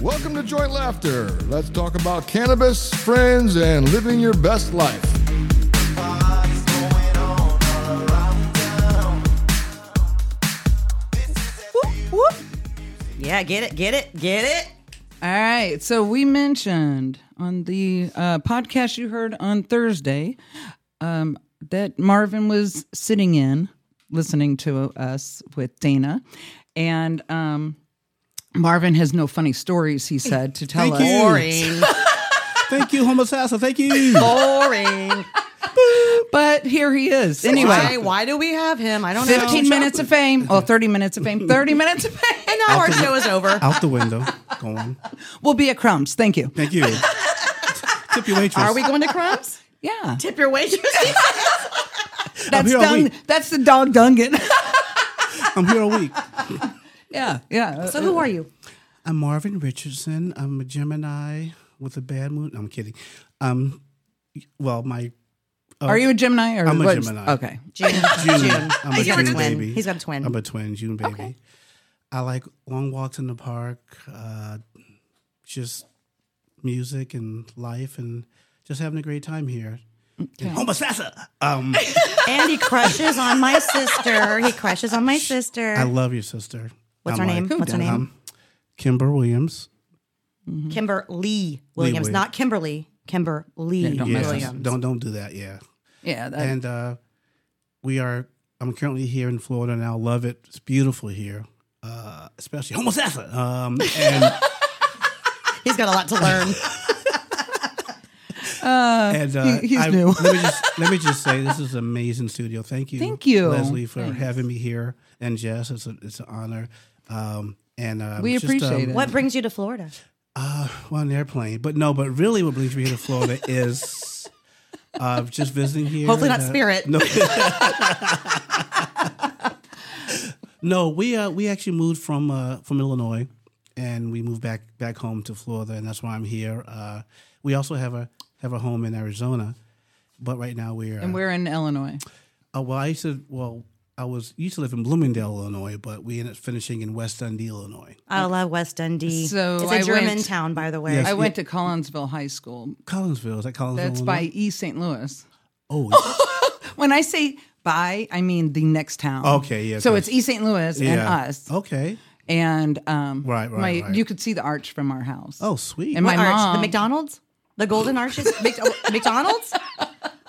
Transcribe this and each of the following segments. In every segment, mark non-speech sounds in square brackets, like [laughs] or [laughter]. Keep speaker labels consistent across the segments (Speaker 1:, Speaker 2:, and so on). Speaker 1: Welcome to Joint Laughter. Let's talk about cannabis, friends, and living your best life.
Speaker 2: Whoop, whoop. Yeah, get it, get it, get it.
Speaker 3: All right. So we mentioned on the uh, podcast you heard on Thursday um, that Marvin was sitting in listening to us with Dana. And um, Marvin has no funny stories, he said, to tell
Speaker 4: Thank
Speaker 3: us.
Speaker 4: you.
Speaker 2: Boring,
Speaker 4: Thank you, Homo Sassa. Thank you.
Speaker 2: boring.
Speaker 3: But here he is.
Speaker 2: Why,
Speaker 3: Anyway,
Speaker 2: why do we have him? I don't know.
Speaker 3: 15 minutes of fame. Well, 30 minutes of fame. 30 minutes of fame.
Speaker 2: And now our show is over. [laughs]
Speaker 4: Out the window. Going.
Speaker 3: We'll be at crumbs. Thank you.
Speaker 4: Thank you. Tip your waitress.
Speaker 2: Are we going to crumbs?
Speaker 3: [laughs] Yeah.
Speaker 2: Tip your waitress.
Speaker 4: I'm
Speaker 3: That's,
Speaker 4: here all
Speaker 3: Dung-
Speaker 4: week.
Speaker 3: that's the dog [laughs] Dungan.
Speaker 4: I'm here all week.
Speaker 3: yeah. Yeah.
Speaker 2: so who are you?
Speaker 4: I'm Marvin Richardson. I'm a Gemini with a bad mood. I'm kidding. Um,
Speaker 2: [laughs]
Speaker 4: well, my
Speaker 3: Are you a Gemini or
Speaker 4: I'm a
Speaker 3: what?
Speaker 4: Gemini.
Speaker 3: Okay.
Speaker 2: June.
Speaker 4: June.
Speaker 2: June.
Speaker 4: I'm
Speaker 2: He's
Speaker 4: a
Speaker 2: got a
Speaker 4: June
Speaker 2: twin.
Speaker 4: baby.
Speaker 2: He's got a twin.
Speaker 4: I'm a twin June baby.
Speaker 2: Okay.
Speaker 4: I like long walks in the park, uh, just music and life, and just having a great time here. Homo Sassa. Um,
Speaker 2: and he crushes on my sister. He crushes on my sister.
Speaker 4: I love your sister.
Speaker 2: What's
Speaker 4: I'm
Speaker 2: her name?
Speaker 4: like,
Speaker 2: What's her name? Mm-hmm.
Speaker 4: Um, Kimber Williams.
Speaker 2: Kimber Lee Williams,
Speaker 4: Williams.
Speaker 2: not Kimberly. Kimber Lee
Speaker 3: don't mess
Speaker 4: Yes.
Speaker 2: Williams.
Speaker 4: Don't don't do that. Yeah.
Speaker 3: Yeah. That,
Speaker 4: And uh, we are. I'm currently here in Florida now. Love it. It's beautiful here, uh, especially Homo Sassa. Um, and
Speaker 2: He's got a lot to learn.
Speaker 4: and uh,
Speaker 3: [laughs] he- he's
Speaker 4: I-
Speaker 3: new.
Speaker 4: let me just let me just say this is an amazing studio. Thank you,
Speaker 3: Thank you.
Speaker 4: Leslie, for having me here, and Jess. It's a, it's an honor. Um, and um,
Speaker 3: We
Speaker 4: just,
Speaker 3: appreciate
Speaker 4: um,
Speaker 3: it.
Speaker 2: what brings you to Florida?
Speaker 4: Uh, well, an airplane, but no, but really, what brings me here to Florida is uh, just visiting here.
Speaker 2: Hopefully not
Speaker 4: Uh,
Speaker 2: Spirit.
Speaker 4: No. no, we uh, we actually moved from uh, from Illinois, and we moved back back home to Florida, and that's why I'm here. Uh, we also have a have a home in Arizona, but right now we're
Speaker 3: and we're in Illinois.
Speaker 4: uh, well. I used to well. I was used to live in Bloomingdale, Illinois, but we ended up finishing in West Dundee, Illinois.
Speaker 2: I love West Dundee.
Speaker 3: So
Speaker 2: it's a
Speaker 3: I went-
Speaker 2: German town, by the way.
Speaker 4: Yes.
Speaker 3: I went to Collinsville High School.
Speaker 4: Collinsville is that Collinsville?
Speaker 3: That's by East St. Louis.
Speaker 4: Oh,
Speaker 3: When I say by, I mean the next town.
Speaker 4: Okay, yeah,
Speaker 3: So
Speaker 4: okay.
Speaker 3: it's East St. Louis and
Speaker 4: yeah.
Speaker 3: us.
Speaker 4: Okay.
Speaker 3: And um,
Speaker 4: Right, right,
Speaker 3: my,
Speaker 4: right.
Speaker 3: You could see the arch from our house.
Speaker 4: Oh, sweet.
Speaker 3: And my
Speaker 2: What arch?
Speaker 3: mom.
Speaker 2: the McDonald's, the Golden
Speaker 3: [laughs]
Speaker 2: Arches, Mc- oh, McDonald's.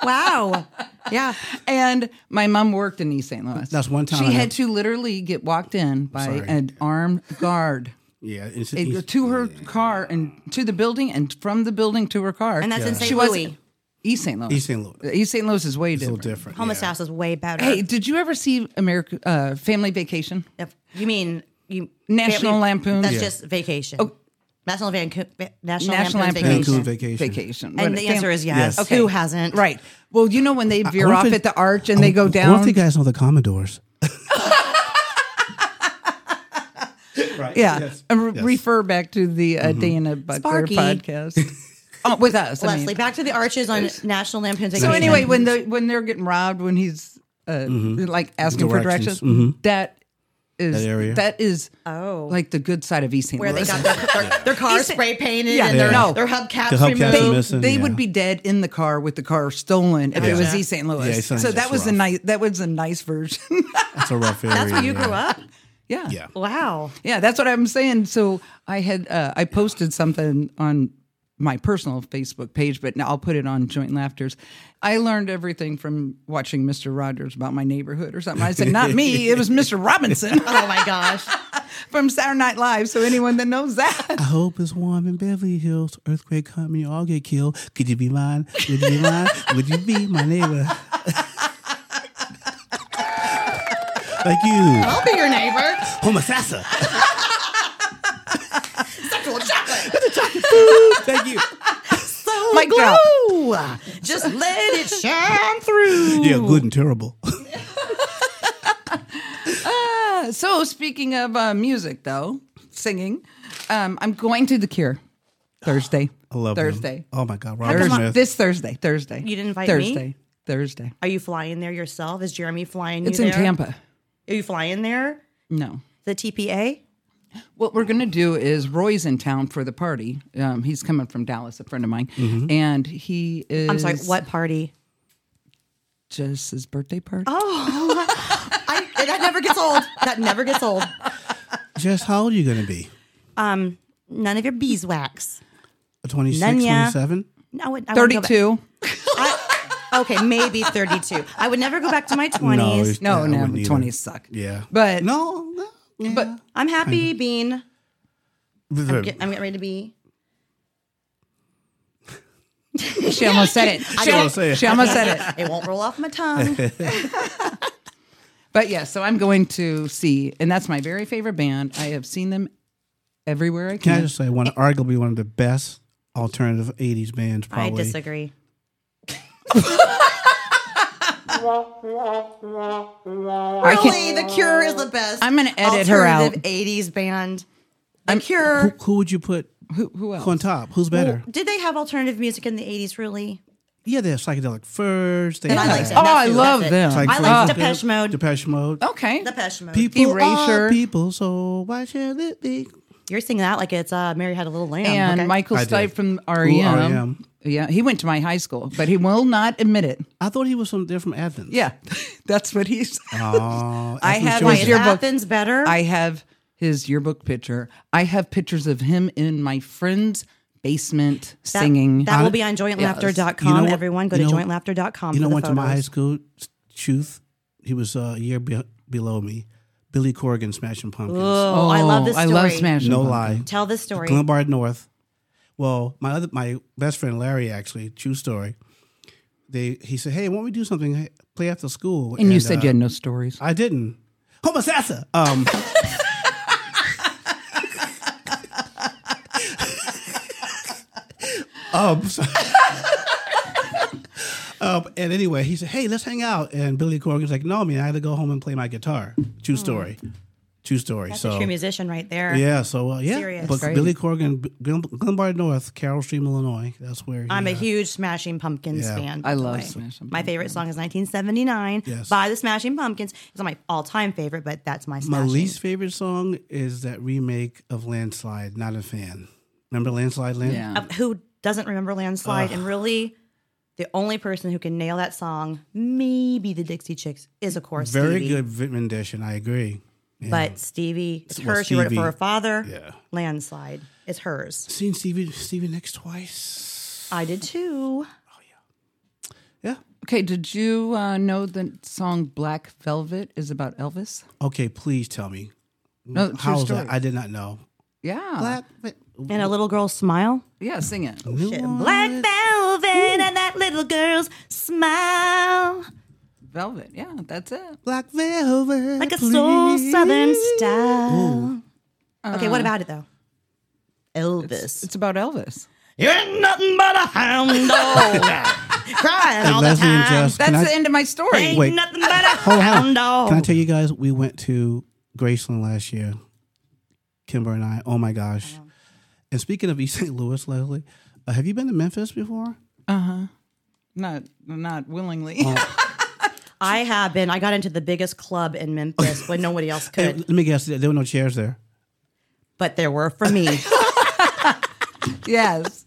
Speaker 2: Wow. Yeah.
Speaker 3: And my mom worked in East St. Louis.
Speaker 4: That's one time
Speaker 3: She
Speaker 4: I
Speaker 3: had,
Speaker 4: had-
Speaker 3: to literally get walked in by
Speaker 4: Sorry.
Speaker 3: an armed guard.
Speaker 4: yeah, it's,
Speaker 3: It-
Speaker 4: it's-
Speaker 3: to her car and to the building and from the building to her car.
Speaker 2: And that's in St.
Speaker 3: She was-
Speaker 2: Louis.
Speaker 3: East St. Louis.
Speaker 4: East St. Louis. It's
Speaker 3: East St. Louis is way
Speaker 4: a little
Speaker 3: different.
Speaker 4: different.
Speaker 2: Homo
Speaker 4: yeah.
Speaker 2: Sass is way better.
Speaker 3: Hey, did you ever see America uh, Family Vacation?
Speaker 2: If- you mean you
Speaker 3: National
Speaker 2: Family-
Speaker 3: Lampoon's-
Speaker 2: That's
Speaker 3: Yeah.
Speaker 2: just vacation. Oh. National Vancouver. National,
Speaker 3: National
Speaker 2: Lampoon's
Speaker 3: Lampoon's
Speaker 2: vacation.
Speaker 4: Vancouver vacation.
Speaker 3: Vacation.
Speaker 2: And
Speaker 3: What-
Speaker 2: the answer
Speaker 3: fam-
Speaker 2: is yes.
Speaker 4: Yes.
Speaker 2: Okay. Who hasn't?
Speaker 3: right. Well, you know when they veer
Speaker 4: wonder
Speaker 3: off
Speaker 4: if it-
Speaker 3: at the arch and they go
Speaker 4: Oh, I wonder
Speaker 3: down.
Speaker 4: if you guys know
Speaker 3: [laughs]
Speaker 4: the Commodores. right.
Speaker 3: yeah,
Speaker 4: Yes.
Speaker 3: And re-
Speaker 4: Yes. Mm-hmm.
Speaker 3: refer back to the uh, Dana Buckler
Speaker 2: Sparky.
Speaker 4: [laughs]
Speaker 3: podcast oh, with us. I mean.
Speaker 2: Leslie, back to the arches on National Lampoon's
Speaker 3: So
Speaker 2: vacation.
Speaker 3: anyway, when the when they're getting robbed, when he's uh, like asking
Speaker 4: Mm-hmm. Directions. Mm-hmm.
Speaker 3: for directions, that is
Speaker 4: That area.
Speaker 3: that is
Speaker 2: Oh.
Speaker 3: like the good side of East St.
Speaker 2: where they
Speaker 3: Louis.
Speaker 2: got their, their, their car spray painted
Speaker 3: Yeah.
Speaker 2: and their,
Speaker 3: Yeah.
Speaker 2: their hubcaps,
Speaker 4: The hubcaps
Speaker 2: removed.
Speaker 4: are
Speaker 3: they,
Speaker 4: missing,
Speaker 3: they
Speaker 4: yeah.
Speaker 3: would be dead in the car with the car stolen if it was
Speaker 4: Gotcha.
Speaker 3: East St. Louis.
Speaker 4: Yeah, it
Speaker 3: so that
Speaker 4: sounds just
Speaker 3: was a
Speaker 4: rough.
Speaker 3: nice that was a nice version. [laughs]
Speaker 4: That's a rough area.
Speaker 2: That's where you
Speaker 4: yeah.
Speaker 2: grew up.
Speaker 3: yeah.
Speaker 4: Yeah.
Speaker 2: Wow.
Speaker 3: Yeah, that's what I'm saying. So I had uh, I posted something on my personal Facebook page, but now I'll put it on Joint Laughters. I learned everything from watching Mr. Rogers about my neighborhood or something. I said, not me, it was Mr. Robinson [laughs]
Speaker 2: Oh my gosh.
Speaker 3: from Saturday Night Live. So anyone that knows
Speaker 4: [laughs] I
Speaker 3: that,
Speaker 4: hope it's warm in Beverly Hills. Earthquake company, all get killed. Could you be mine? Would you be mine? Would you be my neighbor? [laughs] Thank you,
Speaker 2: I'll be your
Speaker 3: [laughs]
Speaker 2: neighbor.
Speaker 4: Homo [laughs] Sassa.
Speaker 2: Sexual chocolate.
Speaker 4: Thank you.
Speaker 3: Mic drop.
Speaker 2: Ooh. Just let it
Speaker 3: [laughs]
Speaker 2: shine through.
Speaker 4: Yeah, good and terrible.
Speaker 3: So speaking of uh, music, though, singing, um, I'm going to The Cure Thursday.
Speaker 4: [gasps] I love them.
Speaker 3: Thursday.
Speaker 4: Oh my God, Robert
Speaker 3: Thursday.
Speaker 4: Smith.
Speaker 3: This Thursday. Thursday.
Speaker 2: You didn't invite me?
Speaker 3: Thursday. Thursday.
Speaker 2: Are you flying there yourself? Is Jeremy flying you
Speaker 3: It's in
Speaker 2: there?
Speaker 3: Tampa.
Speaker 2: Are you flying there?
Speaker 3: No.
Speaker 2: The TPA?
Speaker 3: What we're going to do is Roy's in town for the party. Um, he's coming from Dallas, a friend of mine,
Speaker 4: Mm-hmm.
Speaker 3: and he is.
Speaker 2: I'm sorry, what party?
Speaker 3: Just his birthday party.
Speaker 2: Oh, I, that never gets old. That never gets old. Um,
Speaker 4: Jess, how old are you going to be?
Speaker 2: None of your beeswax.
Speaker 4: A 26,
Speaker 2: None, yeah.
Speaker 4: 27?
Speaker 2: No, I would, I wouldn't go back-
Speaker 3: Thirty-two.
Speaker 2: I- okay, maybe 32. I would never go back to my 20s.
Speaker 4: it's- I
Speaker 3: No,
Speaker 4: wouldn't
Speaker 3: no,
Speaker 4: either.
Speaker 3: twenties suck.
Speaker 4: Yeah.
Speaker 3: But
Speaker 4: No, no. Yeah.
Speaker 3: But-
Speaker 2: I'm happy being.
Speaker 4: The-
Speaker 2: Get, I'm getting ready to be.
Speaker 3: she almost said
Speaker 4: [laughs]
Speaker 3: it.
Speaker 4: I almost said it.
Speaker 3: She almost said it.
Speaker 2: It won't roll off my
Speaker 3: [laughs]
Speaker 2: tongue.
Speaker 3: But yeah, so I'm going to see, and that's my very favorite band. I have seen them everywhere I
Speaker 4: Can I
Speaker 3: can.
Speaker 4: just say one? Arguably one of the best alternative '80s bands.
Speaker 2: I
Speaker 4: Probably.
Speaker 2: disagree.
Speaker 3: I
Speaker 2: Really,
Speaker 3: can-
Speaker 2: The Cure is the best.
Speaker 3: I'm gonna edit her
Speaker 2: alternative
Speaker 3: out.
Speaker 2: 80s band. The Cure.
Speaker 4: Who would you put
Speaker 3: who, who else?
Speaker 4: on top? Who's better?
Speaker 2: Did they have alternative music in the 80s? Really?
Speaker 4: yeah, they're psychedelic first. They
Speaker 2: And I
Speaker 4: had
Speaker 2: like
Speaker 3: Oh,
Speaker 2: that.
Speaker 3: I
Speaker 2: That's who
Speaker 3: love
Speaker 2: does it.
Speaker 3: them.
Speaker 4: Psychedelic
Speaker 2: I like
Speaker 4: First,
Speaker 2: Depeche Mode.
Speaker 4: Depeche Mode.
Speaker 3: okay.
Speaker 2: Depeche Mode.
Speaker 4: People
Speaker 3: Oh, Erasure.
Speaker 4: are people, so why should it be?
Speaker 2: You're singing that like it's uh, Mary Had a Little Lamb.
Speaker 3: and
Speaker 2: okay?
Speaker 3: Michael
Speaker 4: I
Speaker 3: Stipe
Speaker 4: did. E
Speaker 3: from
Speaker 4: Ooh,
Speaker 3: REM.
Speaker 4: R.E.M..
Speaker 3: Yeah, he went to my high school, but he will not admit it.
Speaker 4: I thought he was from. They're from Athens.
Speaker 3: Yeah, [laughs] that's what he's.
Speaker 4: Oh,
Speaker 3: I
Speaker 2: Wait,
Speaker 3: had
Speaker 4: Athens,
Speaker 3: my
Speaker 4: Georgia.
Speaker 2: is
Speaker 3: yearbook.
Speaker 2: Athens better?
Speaker 3: I have his yearbook picture. I have pictures of him in my friend's basement
Speaker 2: That-
Speaker 3: singing.
Speaker 2: That will be on jointlaughter.com.
Speaker 4: You know what-
Speaker 2: Everyone, go
Speaker 4: you
Speaker 2: to
Speaker 4: know-
Speaker 2: jointlaughter.com.
Speaker 4: You know,
Speaker 2: for the
Speaker 4: went to my
Speaker 2: photos.
Speaker 4: high school. Truth, he was uh, a year be- below me. Billy Corgan, Smashing Pumpkins.
Speaker 2: Oh, I love this
Speaker 3: I
Speaker 2: story.
Speaker 3: love Smash.
Speaker 4: no lie.
Speaker 2: Tell this story.
Speaker 4: Glenbard North. Well, my other my best friend Larry actually, true story. They he said, "Hey, why don't we do something? Hey, Play after school."
Speaker 3: And, you said
Speaker 4: uh,
Speaker 3: you had no stories.
Speaker 4: I didn't. Homo Sassa. Um, [laughs] um, so- [laughs] um, and anyway, he said, "Hey, let's hang out." And Billy Corgan's like, "No, man, I had to go home and play my guitar."
Speaker 3: Hmm.
Speaker 4: True story. True story.
Speaker 2: That's
Speaker 4: so
Speaker 2: a true musician right there.
Speaker 4: yeah, so uh, yeah,
Speaker 2: Serious.
Speaker 4: but
Speaker 3: Crazy.
Speaker 4: Billy Corgan, B- Glen- Glenbard North, Carroll Stream, Illinois. That's where he,
Speaker 2: I'm a
Speaker 4: uh,
Speaker 2: huge Smashing Pumpkins
Speaker 4: Yeah.
Speaker 2: fan.
Speaker 3: I
Speaker 2: by the
Speaker 3: love
Speaker 2: way.
Speaker 3: Smashing
Speaker 2: My favorite song is 1979
Speaker 4: Yes.
Speaker 2: by the Smashing Pumpkins. It's not my all-time favorite, but that's my
Speaker 4: My
Speaker 2: smashing.
Speaker 4: least favorite song is that remake of Landslide. Not a fan. Remember Landslide? Land?
Speaker 3: yeah.
Speaker 2: Uh, Who doesn't remember Landslide? And really, the only person who can nail that song, maybe the Dixie Chicks, is of course
Speaker 4: Very
Speaker 2: Stevie.
Speaker 4: good vi- rendition. I agree. Yeah.
Speaker 2: But Stevie, it's
Speaker 4: Well,
Speaker 2: hers. She wrote it
Speaker 4: Stevie-
Speaker 2: for her father.
Speaker 4: Yeah.
Speaker 2: Landslide. It's hers.
Speaker 4: seen Stevie Stevie Nicks twice.
Speaker 2: I did too.
Speaker 4: Yeah.
Speaker 3: Okay, did you uh, know the song Black Velvet is about Elvis?
Speaker 4: Okay, please tell me.
Speaker 3: No, true
Speaker 4: How was
Speaker 3: story.
Speaker 4: that? I did not know.
Speaker 3: Yeah.
Speaker 4: Black.
Speaker 2: And a little girl's smile.
Speaker 3: Yeah, sing it.
Speaker 2: Shit. Black velvet and that little girl's smile.
Speaker 3: Velvet. Yeah, that's it.
Speaker 4: Black velvet.
Speaker 2: Like a
Speaker 4: please. Uh.
Speaker 2: soul southern style. okay, what about it though? Elvis.
Speaker 3: It's about Elvis.
Speaker 2: you ain't nothing but a hound dog. Crying all the
Speaker 4: Leslie and
Speaker 2: time.
Speaker 4: Jess,
Speaker 3: That's
Speaker 4: can I-
Speaker 3: the end of my story.
Speaker 2: ain't
Speaker 4: Wait.
Speaker 2: nothing but a
Speaker 4: Hold on.
Speaker 2: hound dog.
Speaker 4: Can I tell you guys we went to Graceland last year? Kimber and I. Oh my gosh! And speaking of East St. Louis, Leslie, uh, have you been to Memphis before?
Speaker 3: Not not willingly.
Speaker 4: Oh.
Speaker 2: I have been. I got into the biggest club in Memphis
Speaker 4: [laughs]
Speaker 2: when nobody else
Speaker 4: Hey,
Speaker 2: could,
Speaker 4: let me guess. There were no chairs there.
Speaker 2: but there were for
Speaker 4: [laughs]
Speaker 2: me.
Speaker 3: [laughs] yes.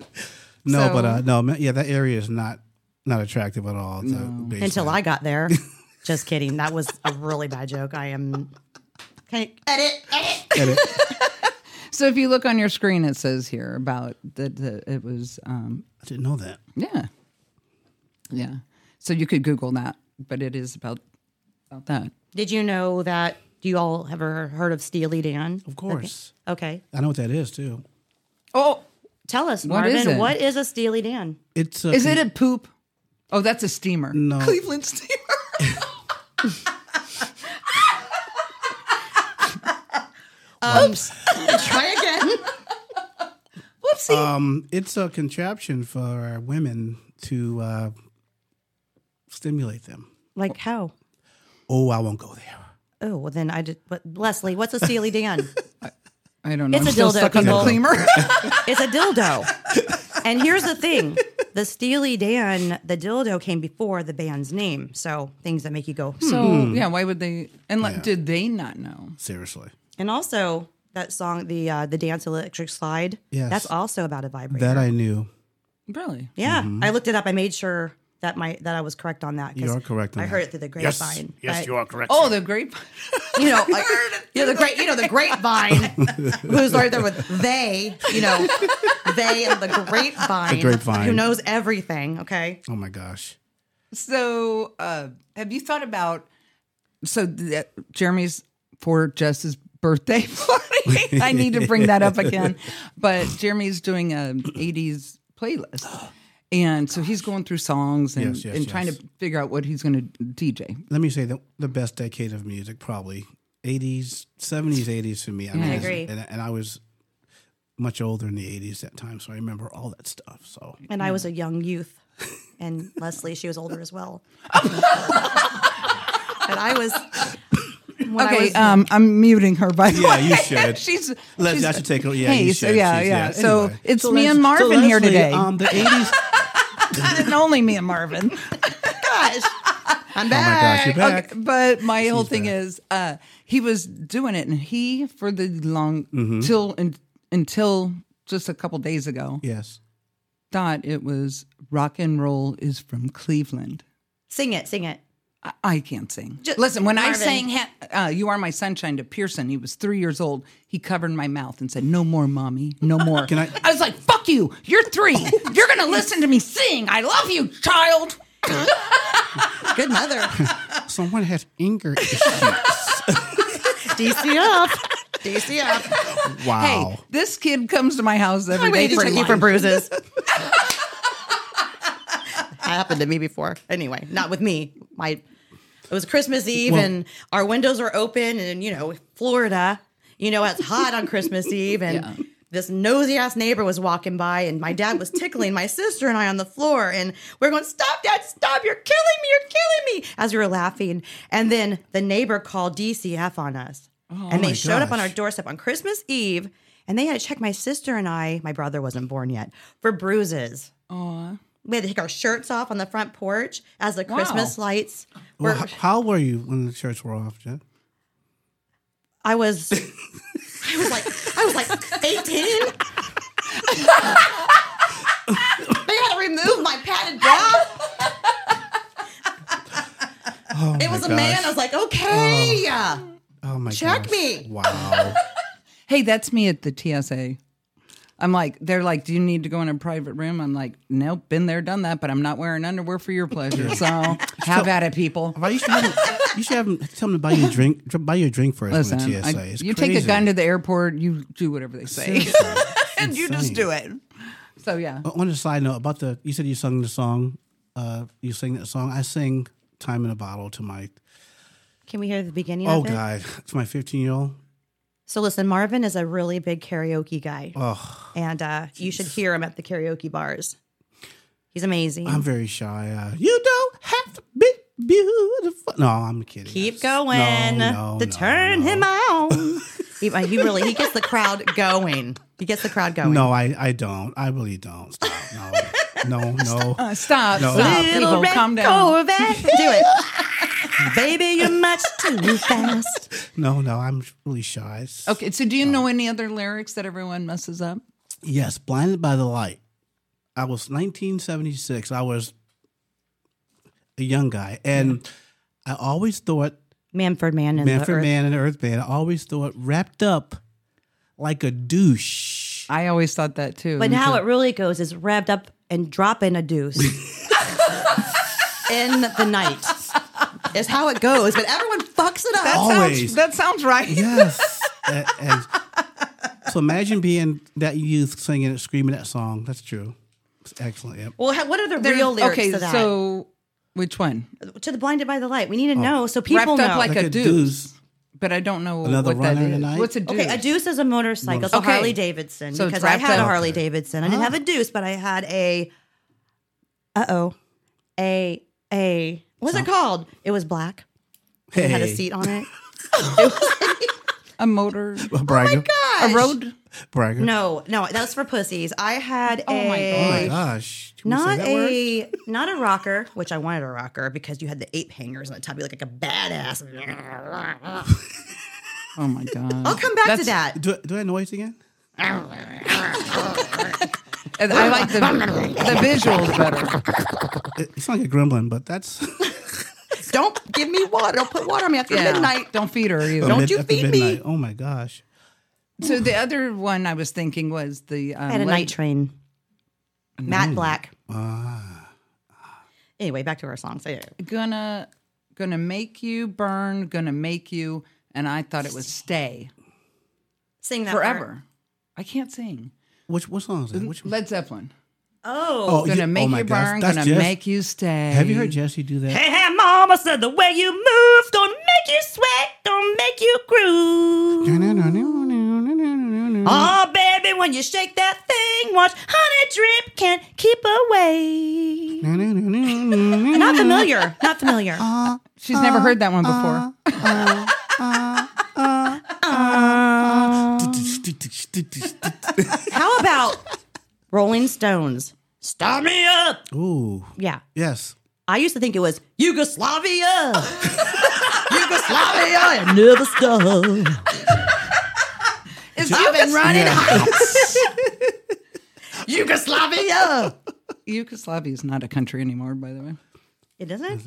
Speaker 4: No,
Speaker 3: So-
Speaker 4: but uh, no, Me- yeah, that area is not not attractive at all. to Graceland.
Speaker 2: until I got
Speaker 4: [laughs]
Speaker 2: there. Just kidding. That was a really bad joke. I am. Can I edit?
Speaker 4: Edit.
Speaker 3: So if you look on your screen, it says here about that that it was. Um,
Speaker 4: I didn't know that.
Speaker 3: yeah, yeah. So you could Google that, but it is about about that.
Speaker 2: Did you know that? Do you all ever heard of Steely Dan?
Speaker 4: Of course,
Speaker 2: Okay,
Speaker 4: I know what that is too.
Speaker 3: Oh,
Speaker 2: tell us,
Speaker 3: What
Speaker 2: Marvin.
Speaker 3: is it?
Speaker 2: What is a Steely Dan?
Speaker 4: It's a,
Speaker 3: is it a poop? Oh, that's a steamer.
Speaker 4: No.
Speaker 3: Cleveland steamer. Oops.
Speaker 2: Try again.
Speaker 3: Whoopsie.
Speaker 4: um, it's a contraption for women to uh, stimulate them.
Speaker 2: like how?
Speaker 4: Oh, I won't go there.
Speaker 2: Oh, well then I did. But Leslie, what's a Steely
Speaker 4: [laughs]
Speaker 2: Dan?
Speaker 3: I don't know.
Speaker 2: It's
Speaker 3: I'm
Speaker 2: a
Speaker 3: still
Speaker 2: dildo,
Speaker 3: stuck on the
Speaker 2: people.
Speaker 3: cleamer.
Speaker 2: [laughs] It's a dildo. And here's the thing: the Steely Dan, the dildo came before the band's name. So things that
Speaker 3: [laughs]
Speaker 2: make you go. hmm.
Speaker 3: So yeah, why would they? And like, did they not know?
Speaker 4: Seriously.
Speaker 2: And also, that song, the uh, the dance electric slide.
Speaker 4: Yes.
Speaker 2: that's also about a vibrator.
Speaker 4: That I knew.
Speaker 3: Really?
Speaker 2: yeah, I looked it up. I made sure that my that I was correct on that. 'cause
Speaker 4: You are correct on
Speaker 2: I
Speaker 4: that.
Speaker 2: heard it through the grapevine. but,
Speaker 4: are correct.
Speaker 3: Oh, the grape. [laughs]
Speaker 2: You
Speaker 4: [laughs]
Speaker 2: know, like, you know the great, you know the grapevine. who's right there with they? You know, they and the grapevine.
Speaker 4: The grapevine.
Speaker 2: Who knows everything? Okay.
Speaker 4: Oh my gosh.
Speaker 3: So, uh, have you thought about so th- uh, Jeremy's for Jess's birthday [laughs] party? I need to bring that up
Speaker 4: [laughs]
Speaker 3: again. But Jeremy's doing a '80s playlist, and so he's going through songs and,
Speaker 4: Yes, yes,
Speaker 3: and trying
Speaker 4: yes.
Speaker 3: to figure out what he's going to DJ.
Speaker 4: Let me say the the best decade of music probably 80s, 70s, 80s for me. I, mean, it's-
Speaker 2: agree.
Speaker 4: And, and I was much older in the 80s that time, so I remember all that stuff. So
Speaker 2: And I was a young youth, and [laughs] Leslie, she was older as [laughs] well. but I was. When I
Speaker 3: okay,
Speaker 2: was,
Speaker 3: um, I'm muting her by the
Speaker 4: Yeah,
Speaker 3: way.
Speaker 4: you
Speaker 3: [laughs]
Speaker 4: should.
Speaker 3: she's,
Speaker 4: Let's-
Speaker 3: she's-
Speaker 4: I should take her- yeah,
Speaker 3: hey,
Speaker 4: you
Speaker 3: so
Speaker 4: should.
Speaker 3: yeah,
Speaker 4: She's-
Speaker 3: yeah.
Speaker 4: yeah.
Speaker 3: So
Speaker 4: Anyway.
Speaker 3: it's
Speaker 4: So
Speaker 3: me
Speaker 4: Leslie-
Speaker 3: and Marvin
Speaker 4: so
Speaker 3: here
Speaker 4: Leslie,
Speaker 3: today,
Speaker 4: Um, the 80s.
Speaker 3: [laughs] and only me and Marvin.
Speaker 2: gosh, [laughs] I'm
Speaker 4: oh my
Speaker 2: back.
Speaker 4: gosh, you're [laughs] back.
Speaker 3: Okay, but my whole thing is, uh, he was doing it, and he for the long
Speaker 4: Mm-hmm.
Speaker 3: till un, until just a couple days ago
Speaker 4: Yes.
Speaker 3: thought it was rock and roll is from Cleveland.
Speaker 2: Sing it, sing it.
Speaker 3: I, I can't sing.
Speaker 2: Ju-
Speaker 3: Listen, when I
Speaker 2: Marvin.
Speaker 3: sang ha- uh, "You Are My Sunshine" to Pearson, he was three years old. He covered my mouth and said, "No more, mommy, no more."
Speaker 4: Can I-
Speaker 3: I was like, "Fuck you! You're three. You're gonna listen to me sing. I love you, child." [laughs]
Speaker 2: Good mother.
Speaker 4: Someone has
Speaker 3: [laughs]
Speaker 4: anger issues. [laughs]
Speaker 2: DC up. DC up.
Speaker 4: Wow.
Speaker 3: Hey, this kid comes to my house every
Speaker 2: I'm
Speaker 3: day
Speaker 2: going to
Speaker 3: for
Speaker 2: check you for [laughs]
Speaker 3: lunch.
Speaker 2: bruises. that happened to me before. Anyway, not with me. My it was Christmas Eve
Speaker 4: Well-
Speaker 2: and our windows are open and you know, Florida, you know, it's hot on
Speaker 4: [laughs]
Speaker 2: Christmas Eve and This nosy ass neighbor was walking by, and my dad was tickling my sister and I on the floor. And we are going, Stop, dad, stop, you're killing me, you're killing me, as we were laughing. And then the neighbor called DCF on us. and they
Speaker 4: Oh my
Speaker 2: showed up on
Speaker 4: gosh.
Speaker 2: our doorstep on Christmas Eve and they had to check my sister and I, my brother wasn't born yet, for bruises. We had to take our shirts off on the front porch as the Christmas lights were.
Speaker 4: Well, h- how were you when the shirts were off, Jen?
Speaker 2: I was,
Speaker 4: [laughs]
Speaker 2: I was like, I was like 18. they had to remove my padded bra.
Speaker 4: Oh
Speaker 2: It
Speaker 4: my
Speaker 2: was a
Speaker 4: gosh.
Speaker 2: man. I was like, okay, yeah.
Speaker 4: Oh my
Speaker 2: check
Speaker 4: gosh.
Speaker 2: me.
Speaker 4: Wow.
Speaker 3: Hey, that's me at the TSA. I'm like, they're like, do you need to go in a private room? I'm like, nope, been there, done that, but I'm not wearing underwear for your pleasure. So have at it, people.
Speaker 4: Why you should have, you should have them, tell them to buy you a drink. dr- Buy you a drink first.
Speaker 3: Listen,
Speaker 4: when the TSA.
Speaker 3: I-
Speaker 4: It's
Speaker 3: you
Speaker 4: crazy.
Speaker 3: take a gun to the airport, you do whatever they say,
Speaker 4: Seriously, it's
Speaker 3: [laughs] and you just
Speaker 4: insane.
Speaker 3: do it. So yeah,
Speaker 4: O- On a side note, about the you said you sung the song. Uh, you sing that song. I sing "Time in a Bottle" to my
Speaker 2: Can we hear the beginning
Speaker 4: oh
Speaker 2: of it?
Speaker 4: god, to my fifteen year old.
Speaker 2: So listen, Marvin is a really big karaoke guy. and uh, you should hear him at the karaoke bars. He's amazing.
Speaker 4: I'm very shy. Uh, you don't have to be beautiful. No, I'm kidding.
Speaker 2: Keep
Speaker 4: That's-
Speaker 2: going
Speaker 4: No, no,
Speaker 2: to
Speaker 4: no,
Speaker 2: turn
Speaker 4: no.
Speaker 2: him on. he, uh, he really he gets the crowd going. He gets the crowd going.
Speaker 4: No, I, I don't. I really don't. Stop. No, no, no.
Speaker 3: Uh, [laughs] stop,
Speaker 4: No.
Speaker 3: stop,
Speaker 2: Little
Speaker 3: people,
Speaker 2: red
Speaker 3: calm down. [laughs]
Speaker 2: Corvette. Do it. Baby, you're much too fast.
Speaker 4: No, no, I'm really shy. It's-
Speaker 3: Okay, so do you know any other lyrics that everyone messes up?
Speaker 4: Yes, Blinded by the Light. I was 1976. I was a young guy. And I always thought,
Speaker 2: Manford Man and the
Speaker 4: Manfred
Speaker 2: Earth.
Speaker 4: Man and Earth Band, I always thought wrapped up like a douche.
Speaker 3: I always thought that too.
Speaker 2: But how it really goes is revved up and dropping a
Speaker 4: [laughs]
Speaker 2: deuce in the night. Is how it goes, but everyone fucks it up.
Speaker 3: that
Speaker 4: always.
Speaker 3: sounds that sounds right. [laughs]
Speaker 2: [laughs]
Speaker 4: Yes. and, and- so imagine being that youth singing and screaming that song. That's true. It's excellent. Yep.
Speaker 2: Well, ha- what are the real lyrics
Speaker 3: okay,
Speaker 2: to that?
Speaker 3: so which one?
Speaker 2: to the blinded by the light, we need
Speaker 4: Oh.
Speaker 2: to know so people
Speaker 3: Wrapped
Speaker 2: know.
Speaker 3: up like, a, deuce.
Speaker 4: douche.
Speaker 3: but I don't know
Speaker 4: Another
Speaker 3: what that
Speaker 4: runner
Speaker 3: is.
Speaker 4: tonight?
Speaker 3: What's a deuce?
Speaker 2: okay, a deuce is a motorcycle. It's a
Speaker 3: Okay.
Speaker 2: Harley Davidson
Speaker 3: So it's
Speaker 2: because I
Speaker 3: wrapped
Speaker 2: had a
Speaker 3: up.
Speaker 2: Harley Davidson. I didn't have a deuce, but I had a. Uh oh, a a what's it called? It was black. It had a
Speaker 4: Hey.
Speaker 2: seat on [laughs] it.
Speaker 3: A motor,
Speaker 4: Bragger.
Speaker 3: a road.
Speaker 4: Bragger.
Speaker 2: Oh, No, no, that was for pussies. I had
Speaker 3: Oh
Speaker 2: a.
Speaker 3: my
Speaker 4: Oh
Speaker 3: God.
Speaker 4: my gosh. Can we say
Speaker 2: Not
Speaker 4: that word?
Speaker 2: a not a rocker, which I wanted a rocker because you had the ape hangers on the top. You look like a badass.
Speaker 3: Oh
Speaker 2: [laughs]
Speaker 3: my
Speaker 2: I'll
Speaker 3: god!
Speaker 2: come back to
Speaker 3: That's-
Speaker 2: that.
Speaker 4: Do, do that noise again?
Speaker 3: And I like
Speaker 2: [laughs]
Speaker 3: the the visuals better.
Speaker 4: It, it's like a gremlin, but that's [laughs]
Speaker 2: Don't give me water. Don't put water on me after
Speaker 3: Yeah.
Speaker 2: midnight.
Speaker 3: Don't feed her either.
Speaker 2: Don't you
Speaker 4: after
Speaker 2: feed me.
Speaker 4: Oh my gosh.
Speaker 3: So the other one I was thinking was the um,
Speaker 2: I had a
Speaker 3: leg-
Speaker 2: night train. Matt Black. Ah. Anyway, back to our songs. I-
Speaker 3: gonna gonna make you burn, gonna make you, and I thought it was stay
Speaker 2: Sing that part.
Speaker 3: forever. I can't sing.
Speaker 4: Which what song is that? Which
Speaker 3: Led Zeppelin.
Speaker 2: Oh.
Speaker 3: Gonna
Speaker 4: you-
Speaker 3: make
Speaker 4: my
Speaker 3: you
Speaker 4: gosh,
Speaker 3: burn,
Speaker 4: that's
Speaker 3: gonna
Speaker 4: Jess-
Speaker 3: make you stay.
Speaker 4: Have you heard Jesse do that?
Speaker 2: Hey, hey, mama said the way you move gonna make you sweat, gonna make you groove. Oh, baby, when you shake that thing, watch honey drip can't keep away. Not familiar. Not familiar.
Speaker 3: She's never heard that one before.
Speaker 4: [laughs]
Speaker 2: How about Rolling Stones? Star me up.
Speaker 4: Ooh.
Speaker 2: Yeah.
Speaker 4: Yes.
Speaker 2: I used to think it was Yugoslavia. Yugoslavia and never stop.
Speaker 3: It's up and running.
Speaker 4: Yeah.
Speaker 3: [laughs]
Speaker 2: Yugoslavia.
Speaker 3: Yugoslavia is not a country anymore, by the way.
Speaker 2: It isn't?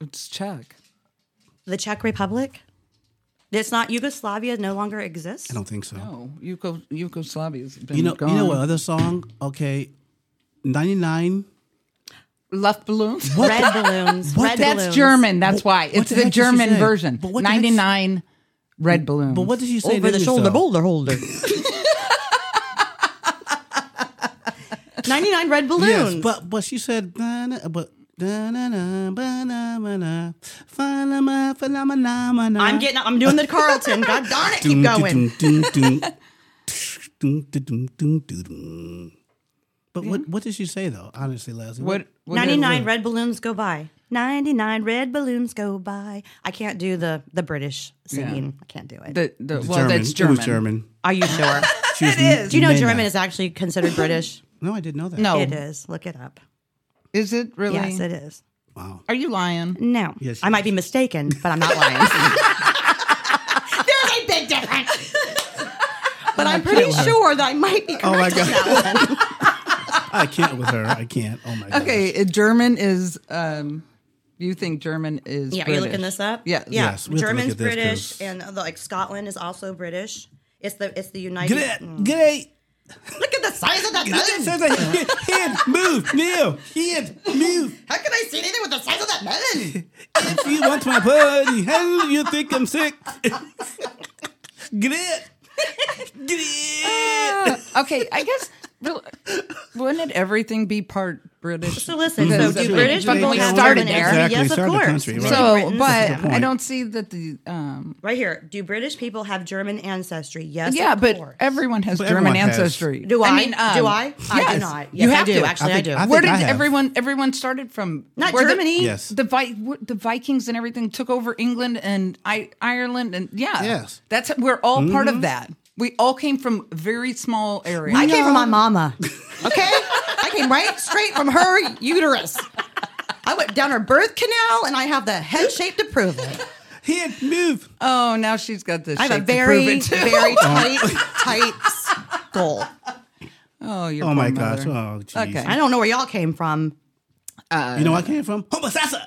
Speaker 3: It's Czech.
Speaker 2: The Czech Republic? It's not Yugoslavia no longer exists?
Speaker 4: I don't think so.
Speaker 3: Oh, Yugo- Yugoslavia's been
Speaker 4: You know
Speaker 3: gone.
Speaker 4: you know what other song? Okay. 99
Speaker 3: Left balloons.
Speaker 2: Red balloons.
Speaker 4: What
Speaker 2: red
Speaker 4: the-
Speaker 3: That's
Speaker 2: balloons.
Speaker 3: German. That's why
Speaker 4: what
Speaker 3: it's
Speaker 4: the
Speaker 3: the
Speaker 4: heck did she
Speaker 3: German
Speaker 4: say?
Speaker 3: version.
Speaker 4: But what the heck-
Speaker 3: Ninety nine red balloons.
Speaker 4: But what did she
Speaker 2: Over
Speaker 4: say? in
Speaker 2: the
Speaker 4: English,
Speaker 2: shoulder
Speaker 4: though?
Speaker 2: boulder holder. [laughs] 99 red balloons.
Speaker 4: Yes, but but she said "Ba-na- but da-na-na, ba-na-na-na, phenom- phenomena."
Speaker 2: I'm getting I'm doing the Carlton. God darn it, keep going.
Speaker 4: Dum, dum, dum, dum. Dum, dum, dum, dum. But what what did she say though? Honestly, Leslie,
Speaker 3: What, what
Speaker 2: Ninety nine red balloons go by. Ninety nine red balloons go by. I can't do the the British singing. I can't do it.
Speaker 3: The, the, well,
Speaker 4: German.
Speaker 3: that's
Speaker 4: It
Speaker 3: German.
Speaker 4: was German.
Speaker 2: Are you sure?
Speaker 4: She was it
Speaker 2: do you know German is actually considered British?
Speaker 4: No, I didn't know that.
Speaker 3: No,
Speaker 2: It is. Look it up.
Speaker 3: is it Oh. really?
Speaker 2: Yes, it is.
Speaker 4: Wow.
Speaker 3: Are you lying?
Speaker 2: No,
Speaker 4: Yes,
Speaker 2: I
Speaker 4: it
Speaker 2: might be mistaken, but I'm not
Speaker 4: [laughs]
Speaker 2: lying.
Speaker 5: There's a big difference.
Speaker 2: but I'm pretty sure that I might be correct
Speaker 4: Oh my
Speaker 2: on that one.
Speaker 4: [laughs] I can't with her. I can't. Oh my god.
Speaker 3: Okay, uh, German is. Um, you think German is?
Speaker 2: Yeah, are you
Speaker 3: British.
Speaker 2: looking this up?
Speaker 3: Yes.
Speaker 2: yeah.
Speaker 4: Yes, we have to look
Speaker 2: German's
Speaker 4: at this
Speaker 2: British,
Speaker 4: 'cause-
Speaker 2: and uh, like Scotland is also British. It's the it's the United.
Speaker 4: Get it.
Speaker 2: Mm.
Speaker 4: Get it.
Speaker 2: Look at the size of that
Speaker 4: Get it.
Speaker 2: melon.
Speaker 4: Sounds like hand, hand, move, kneel, hand, move.
Speaker 2: How can I see anything with the size of that melon?
Speaker 4: If you want my body, hell, you think I'm sick? Get it. Get it.
Speaker 3: okay, I guess. real- Wouldn't everything be part British?
Speaker 2: So listen, so
Speaker 3: Because
Speaker 2: do
Speaker 3: that's-
Speaker 2: British
Speaker 3: we
Speaker 2: people have
Speaker 3: started
Speaker 2: German
Speaker 3: there.
Speaker 2: ancestry?
Speaker 4: Exactly,
Speaker 2: Yes, of
Speaker 4: started the
Speaker 2: course.
Speaker 4: country, right.
Speaker 3: So, but
Speaker 4: the point.
Speaker 3: I don't see that the. Um,
Speaker 2: Right here. Do British people have German ancestry? Yes.
Speaker 3: yeah,
Speaker 2: of
Speaker 3: but
Speaker 2: course.
Speaker 3: everyone has
Speaker 4: But
Speaker 3: German
Speaker 4: everyone has.
Speaker 3: ancestry.
Speaker 2: Do I?
Speaker 3: mean, um,
Speaker 2: do I? I
Speaker 3: yes.
Speaker 2: do not. Yes,
Speaker 3: you have
Speaker 2: I do.
Speaker 3: to.
Speaker 2: Actually, I,
Speaker 4: think-
Speaker 2: do.
Speaker 4: I think-
Speaker 3: Where did
Speaker 4: I have.
Speaker 3: everyone? Everyone started from
Speaker 2: Not
Speaker 3: where the-
Speaker 2: Germany.
Speaker 4: Yes.
Speaker 3: The, Vi- where the Vikings and everything took over England and I- Ireland and yeah,
Speaker 4: Yes. Mm-hmm.
Speaker 3: That's we're all part of that. We all came from very small areas.
Speaker 2: I came from my mama. Okay, [laughs] I came right straight from her uterus. I went down her birth canal, and I have [laughs] the head shape to prove it.
Speaker 4: Hand, move.
Speaker 3: oh, now she's got this.
Speaker 2: I have a
Speaker 3: shape to prove
Speaker 2: very,
Speaker 3: it too.
Speaker 4: [laughs]
Speaker 2: very tight, tight skull.
Speaker 3: Oh, your
Speaker 4: Oh my
Speaker 3: poor
Speaker 4: gosh.
Speaker 3: mother.
Speaker 4: Oh, jeez.
Speaker 3: Okay.
Speaker 2: I don't know where y'all came from.
Speaker 4: You know where I came from? Homosassa.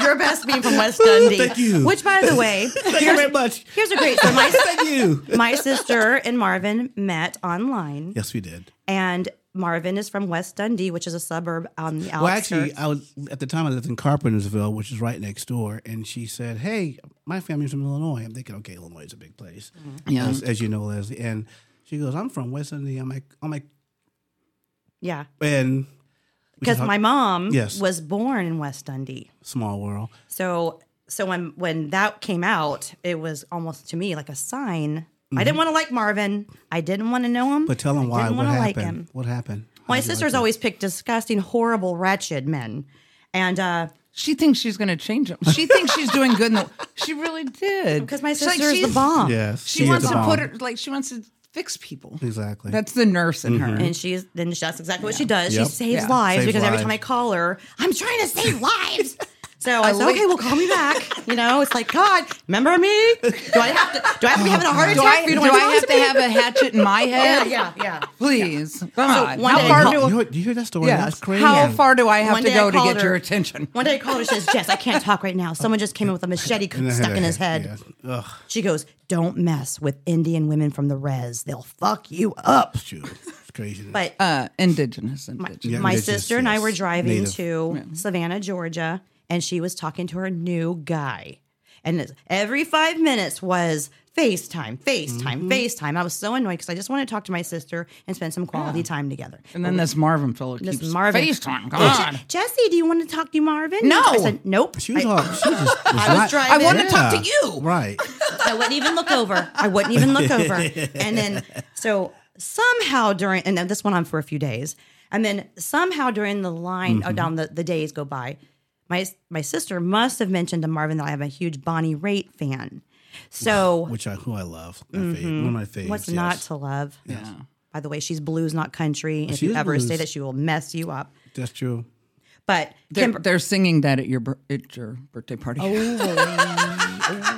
Speaker 2: Your best being from West Dundee.
Speaker 4: [laughs] Thank you.
Speaker 2: Which, by the way,
Speaker 4: Thank you very much.
Speaker 2: here's a great. So my
Speaker 4: Thank you.
Speaker 2: my sister and Marvin met online,
Speaker 4: Yes, we did.
Speaker 2: and Marvin is from West Dundee, which is a suburb on the outskirts.
Speaker 4: Well, actually, uh, I was at the time I lived in Carpentersville, which is right next door, and she said, "Hey, my family's from Illinois." I'm thinking, okay, Illinois is a big place,
Speaker 2: Mm-hmm.
Speaker 3: Yeah.
Speaker 4: as, as you know, Leslie. And she goes, "I'm from West Dundee." I'm like, "I'm like,"
Speaker 2: yeah,
Speaker 4: and we
Speaker 2: because
Speaker 4: talk-
Speaker 2: my mom
Speaker 4: Yes.
Speaker 2: was born in West Dundee.
Speaker 4: small world.
Speaker 2: So so when when that came out, it was almost to me like a sign. I didn't want to like Marvin. I didn't want to know him.
Speaker 4: Mm-hmm. But tell
Speaker 2: I
Speaker 4: them why.
Speaker 2: Didn't
Speaker 4: What
Speaker 2: want to
Speaker 4: happened?
Speaker 2: like him.
Speaker 4: What happened?
Speaker 2: My
Speaker 4: How'd you
Speaker 2: sister's
Speaker 4: like
Speaker 2: always picked disgusting, horrible, wretched men, and uh,
Speaker 3: She thinks she's going to change them. She thinks she's doing good. In the, she really did.
Speaker 2: because my
Speaker 3: She's like,
Speaker 2: sister is the
Speaker 3: she's-
Speaker 4: it?
Speaker 2: bomb,
Speaker 4: Yes,
Speaker 3: She,
Speaker 4: is
Speaker 3: wants
Speaker 4: a
Speaker 3: to
Speaker 4: bomb.
Speaker 3: put her like she wants to fix people.
Speaker 4: exactly. Mm-hmm.
Speaker 3: That's the nurse in her.
Speaker 2: and she's then that's exactly what she does.
Speaker 4: Yep.
Speaker 2: She saves
Speaker 3: Yeah.
Speaker 2: lives
Speaker 4: Saves
Speaker 2: because every [laughs]
Speaker 4: lives.
Speaker 2: time I call her, I'm trying to save lives. So I, said,
Speaker 5: wait-
Speaker 2: okay, well, call me back. [laughs] You know, it's like, God, remember me? Do I have to? Do I have to be having a heart
Speaker 5: Do
Speaker 2: attack
Speaker 5: I,
Speaker 2: for you
Speaker 5: do
Speaker 2: to
Speaker 5: I
Speaker 2: want to
Speaker 5: have to have a hatchet in
Speaker 2: [laughs]
Speaker 5: my
Speaker 2: Oh, Yeah,
Speaker 5: head?
Speaker 2: yeah, yeah.
Speaker 3: Please, come on.
Speaker 2: one
Speaker 3: how
Speaker 2: day-
Speaker 3: far
Speaker 2: How-
Speaker 4: you,
Speaker 3: do
Speaker 4: know, do you hear that story?
Speaker 3: yeah,
Speaker 4: That's crazy.
Speaker 3: How far do I have
Speaker 2: One
Speaker 3: to
Speaker 2: day I
Speaker 3: go to
Speaker 2: called
Speaker 3: get your
Speaker 2: her-
Speaker 3: attention?
Speaker 2: One day I called her. She says, Jess, I can't talk right now. Someone just came in with a machete
Speaker 4: And I had
Speaker 2: stuck
Speaker 4: a-
Speaker 2: in his head.
Speaker 4: yeah. Ugh,
Speaker 2: She goes, Don't mess with Indian women from the res. They'll fuck you up.
Speaker 4: shoot. It's crazy.
Speaker 2: But
Speaker 3: Uh, indigenous, indigenous.
Speaker 4: Yeah,
Speaker 2: my
Speaker 4: indigenous,
Speaker 2: sister and I
Speaker 4: yes.
Speaker 2: were driving
Speaker 4: Native.
Speaker 2: to Savannah, Georgia, and she was talking to her new guy. And it's- every five minutes was FaceTime, FaceTime,
Speaker 3: Mm-hmm.
Speaker 2: FaceTime. I was so annoyed because I just wanted to talk to my sister and spend some quality time together.
Speaker 3: And then this Marvin fellow keeps
Speaker 2: Marvin.
Speaker 3: FaceTime. God.
Speaker 2: Jesse, do you want to talk to Marvin?
Speaker 3: No.
Speaker 2: I said, nope.
Speaker 4: she
Speaker 2: I-
Speaker 4: was all. She was just. was
Speaker 2: was
Speaker 4: not-
Speaker 2: driving. I wanna
Speaker 3: talk to you.
Speaker 4: Right.
Speaker 2: I wouldn't even look over. I wouldn't even look over. And then so somehow during and then this went on for a few days. And then somehow during the line
Speaker 4: Mm-hmm.
Speaker 2: oh, down the, the days go by, my my sister must have mentioned to Marvin that I am a huge Bonnie Raitt fan. So
Speaker 4: Which I who I love. My fave- One of my faves.
Speaker 2: Mm-hmm. what's
Speaker 4: yes.
Speaker 2: not to love? By the way, she's blues, not country. If
Speaker 4: She
Speaker 2: you
Speaker 4: is
Speaker 2: ever say
Speaker 4: blues.
Speaker 2: that, she will mess you up.
Speaker 4: That's true.
Speaker 2: But
Speaker 3: They're,
Speaker 2: Kimber-
Speaker 3: they're singing that at your bir- at your birthday party.
Speaker 2: Oh.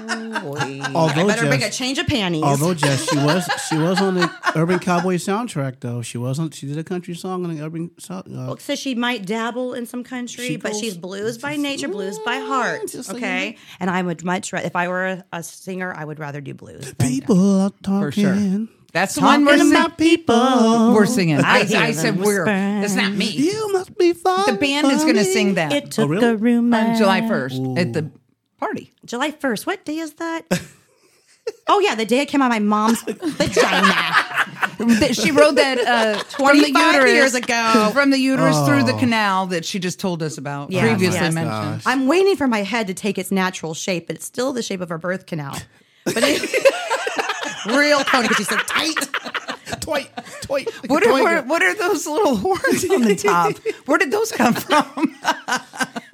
Speaker 2: I
Speaker 4: Although
Speaker 2: better make a
Speaker 4: Jess-
Speaker 2: change of panties.
Speaker 4: Although Jess,
Speaker 2: [laughs]
Speaker 4: she was she was on the Urban Cowboy soundtrack though. She was on. She did a country song on the Urban. sou- Uh,
Speaker 2: So she might dabble in some country,
Speaker 4: She
Speaker 2: but
Speaker 4: goes-
Speaker 2: she's blues by nature, blues by heart.
Speaker 4: just so you
Speaker 2: Okay, and I would much rather if I were a, a singer, I would rather do blues. than-
Speaker 4: people are talking.
Speaker 3: For sure. That's the one we're,
Speaker 4: Talking
Speaker 3: sing-
Speaker 4: about people.
Speaker 3: we're singing. I,
Speaker 2: hear
Speaker 3: I
Speaker 2: them
Speaker 3: said we're.
Speaker 2: whisper.
Speaker 3: It's not me.
Speaker 4: You must be fun.
Speaker 3: The band is going to sing that
Speaker 2: It took
Speaker 4: Oh, really?
Speaker 2: a room
Speaker 3: on July 1st at the party.
Speaker 2: July first. What day is
Speaker 4: [laughs]
Speaker 2: that? oh yeah, the day I came out of my mom's vagina.
Speaker 3: That she wrote that uh, from the
Speaker 2: 25
Speaker 3: uterus, Oh.
Speaker 2: years
Speaker 3: [laughs]
Speaker 2: ago.
Speaker 3: from the uterus through the canal that she just told us about
Speaker 2: Yeah.
Speaker 3: previously
Speaker 2: Yes.
Speaker 3: mentioned.
Speaker 2: I'm waiting for my head to take its natural shape, but it's still the shape of her birth canal. But
Speaker 4: [laughs]
Speaker 2: it, [laughs] real pony because she's so tight.
Speaker 4: Toy,
Speaker 2: [laughs]
Speaker 4: toy.
Speaker 3: What [laughs] are, what, what are those [laughs] little horns on the top? Where did those come from?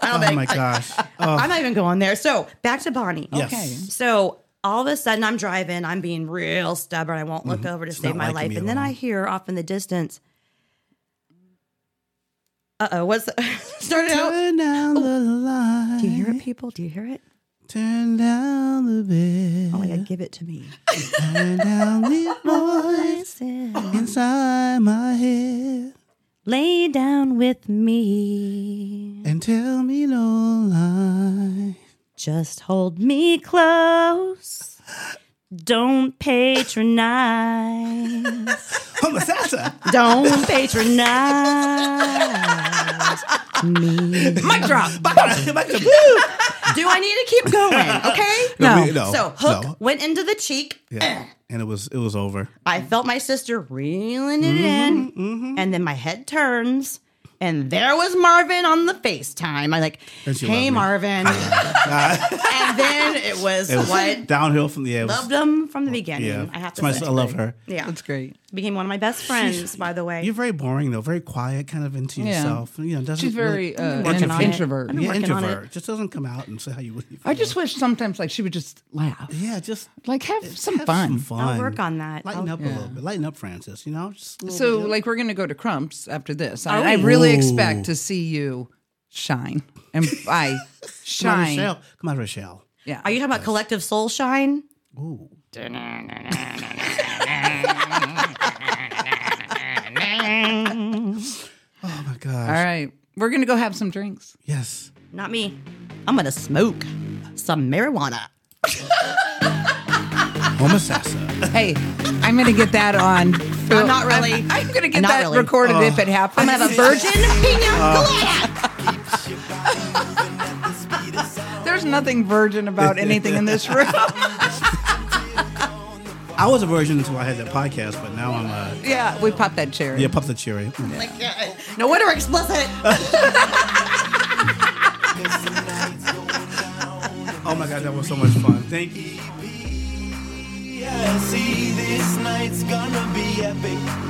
Speaker 4: Oh
Speaker 2: [laughs]
Speaker 4: my gosh.
Speaker 2: I'm not even going there. So back to Bonnie.
Speaker 3: Okay.
Speaker 4: Yes.
Speaker 2: So all of a sudden, I'm driving. I'm being real stubborn. I won't look over to save
Speaker 4: Mm-hmm. not
Speaker 2: my life.
Speaker 4: liking me
Speaker 2: And
Speaker 4: at
Speaker 2: then
Speaker 4: all.
Speaker 2: I hear off in the distance. Uh oh, what's [laughs] started out?
Speaker 4: Turn down the light.
Speaker 2: Do Oh. you hear it, people? Do you hear it?
Speaker 4: Turn down the bed.
Speaker 2: Oh my God, give it to me.
Speaker 4: Turn down the
Speaker 2: [laughs]
Speaker 4: voice
Speaker 2: Listen,
Speaker 4: inside my head.
Speaker 2: Lay down with me.
Speaker 4: And tell me no
Speaker 2: [laughs]
Speaker 4: lie.
Speaker 2: Just hold me close. Don't patronize.
Speaker 4: I'm a salsa.
Speaker 2: Don't patronize me.
Speaker 3: Mic drop.
Speaker 2: Do I need to keep going? Okay.
Speaker 4: No. we- no,
Speaker 2: So hook
Speaker 4: no.
Speaker 2: went into the cheek.
Speaker 4: Yeah. And it was it
Speaker 2: [laughs]
Speaker 4: was over.
Speaker 2: I felt my sister reeling
Speaker 4: Mm-hmm.
Speaker 2: it in, and then my head turns, and there was Marvin on the FaceTime. I like,
Speaker 4: And she
Speaker 2: hey
Speaker 4: loved me. [laughs]
Speaker 2: Marvin, and then it was,
Speaker 4: It was
Speaker 2: what
Speaker 4: Uh, downhill from the air. It was-
Speaker 2: loved him from the beginning.
Speaker 4: yeah.
Speaker 2: I have to.
Speaker 4: It's my-
Speaker 2: say.
Speaker 4: I love her.
Speaker 2: Yeah,
Speaker 3: [laughs] That's great.
Speaker 2: became one of my best friends. By the way,
Speaker 4: You're very boring though, very quiet, kind of into
Speaker 3: Yeah.
Speaker 4: yourself. You know, doesn't
Speaker 3: She's
Speaker 4: really-
Speaker 3: very uh,
Speaker 2: working
Speaker 3: an
Speaker 2: on it.
Speaker 3: introvert.
Speaker 2: I mean-
Speaker 4: yeah,
Speaker 2: working on it.
Speaker 4: introvert. Just doesn't come out and say how you really feel.
Speaker 3: I just wish sometimes like she would just laugh.
Speaker 4: yeah, just
Speaker 3: Like have some
Speaker 4: have
Speaker 3: fun.
Speaker 4: some fun.
Speaker 2: I'll work on that.
Speaker 4: Lighten
Speaker 2: I'll-
Speaker 4: up a little bit. Lighten up, Francis. You know, just a little
Speaker 3: So
Speaker 4: bit.
Speaker 3: like we're gonna go to Crump's after this. I,
Speaker 2: Are
Speaker 3: I
Speaker 2: we?
Speaker 3: really expect to see you shine. And [laughs] by
Speaker 4: Come on,
Speaker 3: shine.
Speaker 4: Rochelle. Come on, Rochelle.
Speaker 3: Yeah.
Speaker 2: Are you talking about collective soul shine?
Speaker 4: Ooh. oh my gosh.
Speaker 3: All right. We're gonna go have some drinks.
Speaker 4: Yes.
Speaker 2: Not me. I'm gonna smoke some marijuana.
Speaker 4: Homosassa.
Speaker 3: Hey, I'm gonna get that on.
Speaker 2: I'm not really.
Speaker 3: I'm, I'm gonna get
Speaker 2: Not
Speaker 3: that
Speaker 2: really. Oh.
Speaker 3: recorded if it happens.
Speaker 2: I'm gonna have a [laughs] virgin pina colada.
Speaker 3: There's nothing virgin about anything in
Speaker 2: [laughs]
Speaker 3: this room.
Speaker 4: [laughs] I was a virgin until I had that podcast, but now I'm a
Speaker 3: yeah, we popped that cherry.
Speaker 4: yeah, pop the cherry.
Speaker 2: No wonder we're explicit.
Speaker 4: Oh my god, that was so much fun. Thank you.
Speaker 6: E, I see this night's gonna be epic.